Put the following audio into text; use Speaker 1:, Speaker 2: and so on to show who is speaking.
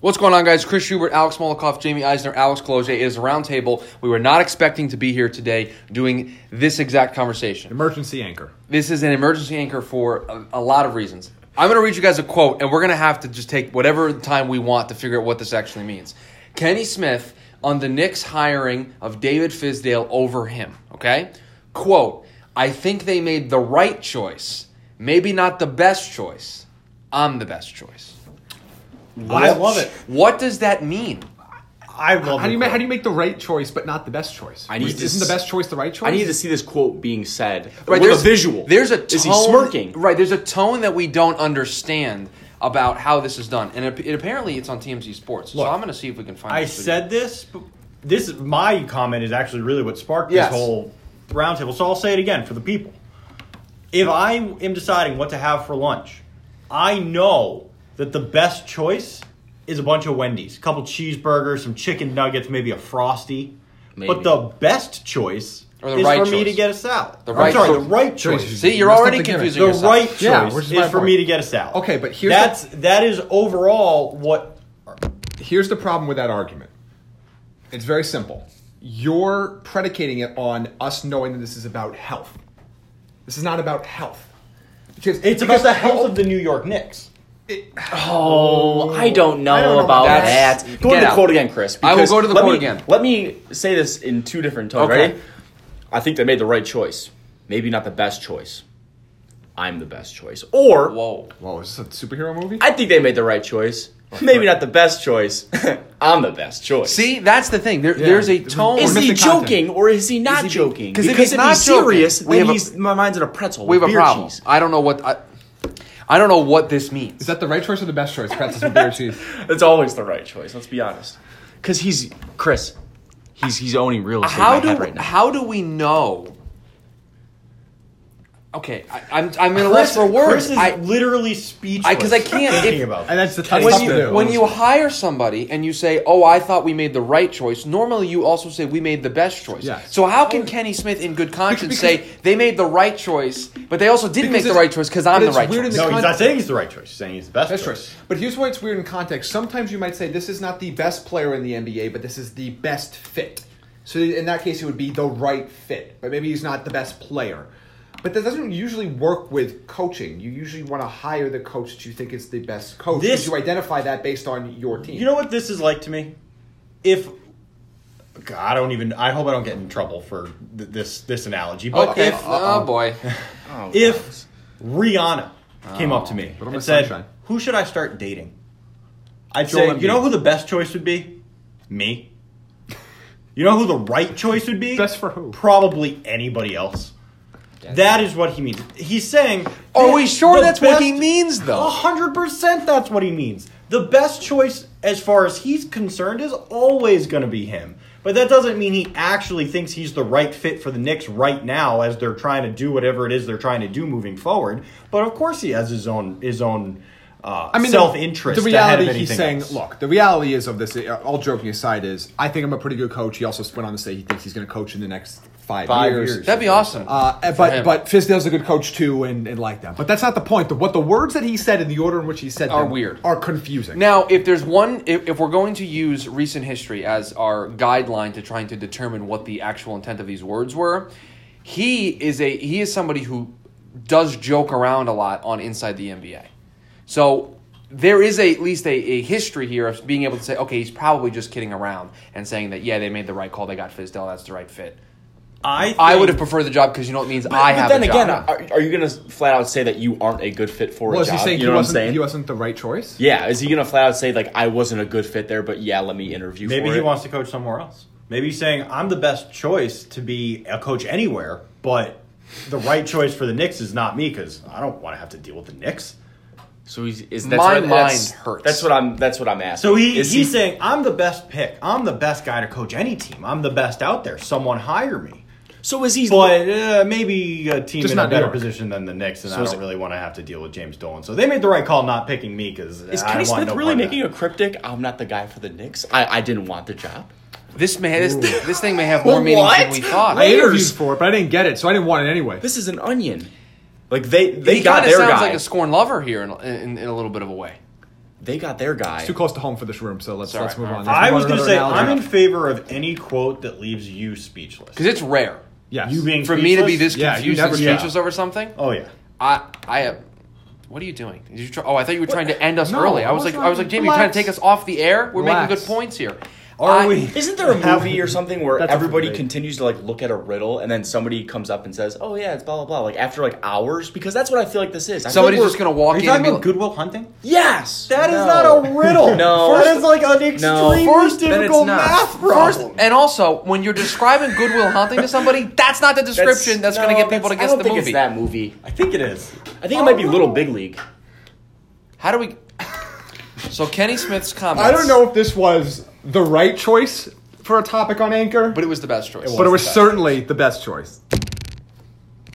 Speaker 1: What's going on, guys? Chris Schubert, Alex Molikoff, Jamie Eisner, Alex Cloge. It is a roundtable. We were not expecting to be here today doing this exact conversation.
Speaker 2: Emergency anchor.
Speaker 1: This is an emergency anchor for a, a lot of reasons. I'm going to read you guys a quote, and we're going to have to just take whatever time we want to figure out what this actually means. Kenny Smith on the Knicks hiring of David Fizdale over him, okay? Quote, I think they made the right choice, maybe not the best choice. I'm the best choice.
Speaker 3: I love it.
Speaker 1: What does that mean?
Speaker 3: I love
Speaker 2: How do you
Speaker 3: it.
Speaker 2: make, how do you make the right choice but not the best choice?
Speaker 4: I need to
Speaker 2: Isn't
Speaker 4: s-
Speaker 2: the best choice the right choice?
Speaker 4: I need to see this quote being said
Speaker 1: Right,
Speaker 4: with a visual.
Speaker 1: There's a tone,
Speaker 4: Is he smirking?
Speaker 1: Right, there's a tone that we don't understand about how this is done, and it, it- apparently it's on TMZ Sports. so
Speaker 3: Look,
Speaker 1: I'm going to see if we can find.
Speaker 3: I
Speaker 1: this video.
Speaker 3: said this. But this is my comment is actually really what sparked
Speaker 1: Yes.
Speaker 3: this whole roundtable. So I'll say it again for the people. If I am deciding what to have for lunch, I know that the best choice is a bunch of Wendy's, a couple cheeseburgers, some chicken nuggets, maybe a frosty.
Speaker 4: Maybe.
Speaker 3: But the best choice
Speaker 1: Or the
Speaker 3: is
Speaker 1: right
Speaker 3: for me
Speaker 1: choice.
Speaker 3: to get a salad.
Speaker 1: The
Speaker 3: I'm
Speaker 1: right
Speaker 3: sorry,
Speaker 1: choice.
Speaker 3: the right choice.
Speaker 1: See, you're
Speaker 2: Messed up
Speaker 1: already
Speaker 2: the gimmick.
Speaker 1: confusing
Speaker 3: The
Speaker 1: yourself.
Speaker 3: right choice
Speaker 2: Yeah, which
Speaker 3: is
Speaker 2: is my
Speaker 3: for
Speaker 2: point.
Speaker 3: me to get a salad.
Speaker 2: Okay, but here's
Speaker 3: that's that is overall what
Speaker 2: Here's the problem with that argument. It's very simple. You're predicating it on us knowing that this is about health. This is not about health. Because
Speaker 3: it's about the health of the New York Knicks.
Speaker 4: Oh, I don't know,
Speaker 3: I don't know about
Speaker 4: about
Speaker 1: that.
Speaker 4: that.
Speaker 1: That's-
Speaker 4: Go
Speaker 1: get
Speaker 4: to the
Speaker 1: out.
Speaker 4: quote again, Chris.
Speaker 1: I will
Speaker 4: because
Speaker 1: go to the
Speaker 4: let
Speaker 1: quote
Speaker 4: me-
Speaker 1: again.
Speaker 4: Let me say this in two different tones.
Speaker 1: Okay.
Speaker 4: Ready? I think they made the right choice. Maybe not the best choice. I'm the best choice. Or
Speaker 1: Whoa.
Speaker 2: Whoa, is this a superhero movie?
Speaker 4: I think they made the right choice. Maybe not the best choice. I'm the best choice.
Speaker 1: See, that's the thing. There, There's a
Speaker 2: Is
Speaker 1: tone.
Speaker 4: Is
Speaker 2: We're
Speaker 4: he
Speaker 2: missing content.
Speaker 4: joking or is he not
Speaker 1: he being-
Speaker 4: joking?
Speaker 1: 'Cause if he's
Speaker 4: if
Speaker 1: not
Speaker 4: he's serious,
Speaker 1: joking, we
Speaker 4: then
Speaker 1: have a-
Speaker 4: he's my mind's in a pretzel.
Speaker 1: we have
Speaker 4: with
Speaker 1: a
Speaker 4: beer
Speaker 1: problem.
Speaker 4: cheese.
Speaker 1: I don't know what I. I don't know what this means.
Speaker 2: is that the right choice or the best choice? Pretzels and beer cheese.
Speaker 4: It's always the right choice. Let's be honest. Because he's Chris. He's he's owning real estate
Speaker 1: how
Speaker 4: in my
Speaker 1: do
Speaker 4: head right now.
Speaker 1: how do we know? Okay, I, I'm I'm going to look for words.
Speaker 3: Chris is
Speaker 1: I,
Speaker 3: literally speechless.
Speaker 1: I- 'cause I can't-
Speaker 3: thinking
Speaker 1: if-
Speaker 3: about
Speaker 2: And
Speaker 3: that.
Speaker 2: that's the tough
Speaker 1: when
Speaker 2: stuff
Speaker 1: you,
Speaker 2: to do.
Speaker 1: when you hire somebody and you say, "Oh, I thought we made the right choice," normally you also say we made the best choice.
Speaker 2: Yes. Oh,
Speaker 1: So how can Kenny Smith, in good conscience, say
Speaker 2: Because-
Speaker 1: they made the right choice, but they also didn't
Speaker 2: Because
Speaker 1: make the
Speaker 2: it's-
Speaker 1: right choice because
Speaker 2: but
Speaker 1: I'm the
Speaker 2: it's
Speaker 1: right
Speaker 2: weird in
Speaker 1: choice?
Speaker 2: the
Speaker 3: No, he's
Speaker 2: con-
Speaker 3: not saying he's the right choice. He's saying he's the best.
Speaker 2: That's
Speaker 3: choice.
Speaker 2: right. But here's why it's weird in context. Sometimes you might say this is not the best player in the NBA, but this is the best fit. So in that case, it would be the right fit. But maybe he's not the best player. But that doesn't usually work with coaching. You usually want to hire the coach that you think is the best coach.
Speaker 3: This-
Speaker 2: because you identify that based on your team.
Speaker 3: You know what this is like to me? If God, I don't even. I hope I don't get in trouble for th- this this analogy. But
Speaker 1: Okay.
Speaker 3: if
Speaker 2: uh-uh.
Speaker 1: oh boy.
Speaker 4: Oh,
Speaker 3: if Rihanna came up to me
Speaker 2: Little
Speaker 3: and
Speaker 2: Miss
Speaker 3: said,
Speaker 2: Sunshine.
Speaker 3: "Who should I start dating?" I'd
Speaker 2: Joel
Speaker 3: say, "You know
Speaker 2: Embiid.
Speaker 3: who the best choice would be? Me." You know who the right choice would be?
Speaker 2: Best for who?
Speaker 3: Probably anybody else. That is what he means. He's saying.
Speaker 1: Are
Speaker 3: that
Speaker 1: we sure
Speaker 3: the
Speaker 1: that's what he
Speaker 3: best-
Speaker 1: means, though?
Speaker 3: A hundred percent, that's what he means. The best choice, as far as he's concerned, is always going to be him. But that doesn't mean he actually thinks he's the right fit for the Knicks right now, as they're trying to do whatever it is they're trying to do moving forward. But of course, he has his own his own uh,
Speaker 2: the-
Speaker 3: self interest.
Speaker 2: The reality
Speaker 3: ahead of
Speaker 2: he's saying,
Speaker 3: anything else.
Speaker 2: look, the reality is of this. uh, All joking aside, is I think I'm a pretty good coach. He also went on to say he thinks he's going to coach in the next five,
Speaker 3: Five
Speaker 2: years.
Speaker 3: years.
Speaker 1: That'd be awesome.
Speaker 2: Uh, and-
Speaker 1: for
Speaker 2: but
Speaker 1: him.
Speaker 2: but Fizdale's a good coach too, and, and like that. But that's not the point. The, what the words that he said and the order in which he said
Speaker 1: Are
Speaker 2: them
Speaker 1: weird.
Speaker 2: are confusing.
Speaker 1: Now, if there's one, if, if we're going to use recent history as our guideline to trying to determine what the actual intent of these words were, he is a he is somebody who does joke around a lot on inside the NBA. So there is a, at least a, a history here of being able to say, okay, he's probably just kidding around and saying that yeah, they made the right call, they got Fizdale, that's the right fit.
Speaker 3: I think,
Speaker 1: I would have preferred the job because you know it means I
Speaker 4: but
Speaker 1: have.
Speaker 4: then
Speaker 1: a
Speaker 4: again, uh,
Speaker 1: job.
Speaker 4: are, are you gonna flat out say that you aren't a good fit for
Speaker 2: well,
Speaker 4: a
Speaker 2: is he
Speaker 4: job?
Speaker 2: saying he
Speaker 4: you know what I'm
Speaker 2: wasn't
Speaker 4: saying?
Speaker 2: he wasn't the right choice?
Speaker 4: yeah, is he gonna flat out say like I wasn't a good fit there? But yeah, let me interview.
Speaker 3: maybe
Speaker 4: for
Speaker 3: he
Speaker 4: it?
Speaker 3: wants to coach somewhere else. Maybe he's saying I'm the best choice to be a coach anywhere, but the right choice for the Knicks is not me because I don't want to have to deal with the Knicks.
Speaker 4: So he's is
Speaker 1: My
Speaker 4: that's what,
Speaker 1: mind
Speaker 4: that's-
Speaker 1: hurts.
Speaker 4: That's what I'm. That's what I'm asking.
Speaker 3: So he, he's
Speaker 4: Is
Speaker 3: saying, I'm the best pick. I'm the best guy to coach any team. I'm the best out there. Someone hire me.
Speaker 4: So is he?
Speaker 3: But uh, maybe a team
Speaker 2: Just
Speaker 3: in a
Speaker 2: not New
Speaker 3: better
Speaker 2: York.
Speaker 3: position than the Knicks, and
Speaker 4: So
Speaker 3: I
Speaker 4: is
Speaker 3: don't
Speaker 4: it-
Speaker 3: really want to have to deal with James Dolan. So they made the right call not picking me because
Speaker 4: is
Speaker 3: I
Speaker 4: Kenny
Speaker 3: don't want
Speaker 4: Smith
Speaker 3: no
Speaker 4: really
Speaker 3: part of
Speaker 4: making
Speaker 3: that.
Speaker 4: a cryptic? I'm not the guy for the Knicks. I, I didn't want the job.
Speaker 1: this may this, this thing may have more meaning than
Speaker 4: What?
Speaker 1: we thought.
Speaker 2: I interviewed
Speaker 4: Layers.
Speaker 2: for it, but I didn't get it, so I didn't want it anyway.
Speaker 4: This is an onion. Like they they
Speaker 1: he
Speaker 4: got
Speaker 1: kinda
Speaker 4: their
Speaker 1: sounds
Speaker 4: guy.
Speaker 1: like a scorn lover here in, in, in a little bit of a way.
Speaker 4: They got their guy.
Speaker 2: It's too close to home for this room, so let's
Speaker 1: Sorry.
Speaker 2: let's move on. Let's
Speaker 3: I
Speaker 2: move
Speaker 3: was
Speaker 2: on
Speaker 3: going to
Speaker 2: another
Speaker 3: say,
Speaker 2: analogy.
Speaker 3: I'm in favor of any quote that leaves you speechless.
Speaker 1: because it's rare
Speaker 2: yes.
Speaker 3: You being
Speaker 1: for me to be
Speaker 3: speechless?
Speaker 1: this
Speaker 2: Yeah, you
Speaker 1: confused
Speaker 2: never-
Speaker 1: and
Speaker 3: yeah.
Speaker 1: speechless over something.
Speaker 3: Oh yeah.
Speaker 1: I, I have. What are you doing? Did you try, oh, I thought you were trying to end us
Speaker 2: No,
Speaker 1: early. I
Speaker 2: I
Speaker 1: was
Speaker 2: was
Speaker 1: like, I was like,
Speaker 2: trying-
Speaker 1: Jamie, you're trying to take
Speaker 2: relax.
Speaker 1: us off the air. We're making
Speaker 2: Relax.
Speaker 1: good points here.
Speaker 3: Are
Speaker 1: I-
Speaker 3: we?
Speaker 4: Isn't there a movie or something where
Speaker 3: That's a
Speaker 4: everybody
Speaker 3: debate.
Speaker 4: continues to like look at a riddle and then somebody comes up and says, "Oh yeah, it's blah blah blah," like after like hours? Because that's what I feel like this is. I feel
Speaker 1: Somebody's
Speaker 4: like
Speaker 1: just gonna
Speaker 3: Are
Speaker 1: walk in
Speaker 3: you
Speaker 1: and
Speaker 3: talking
Speaker 1: be
Speaker 3: about
Speaker 1: like,
Speaker 3: Goodwill Hunting?
Speaker 4: we're- Yes.
Speaker 3: That is
Speaker 4: No.
Speaker 3: not a riddle.
Speaker 4: No.
Speaker 3: that is like an extremely
Speaker 4: First- then it's
Speaker 3: difficult
Speaker 4: not.
Speaker 3: math
Speaker 1: First,
Speaker 3: problem.
Speaker 1: and also, when you're describing Goodwill Hunting to somebody, that's not the description that's, going
Speaker 4: no,
Speaker 1: to get people to
Speaker 4: that's-
Speaker 1: guess
Speaker 4: I don't
Speaker 1: the
Speaker 4: think
Speaker 1: movie.
Speaker 4: It's that movie.
Speaker 3: I think it is.
Speaker 4: I think it might be Little Big League.
Speaker 1: How do we? So Kenny Smith's comments.
Speaker 2: I don't know if this was the right choice for a topic on Anchor,
Speaker 1: but it was the best choice.
Speaker 2: but it was certainly the best choice.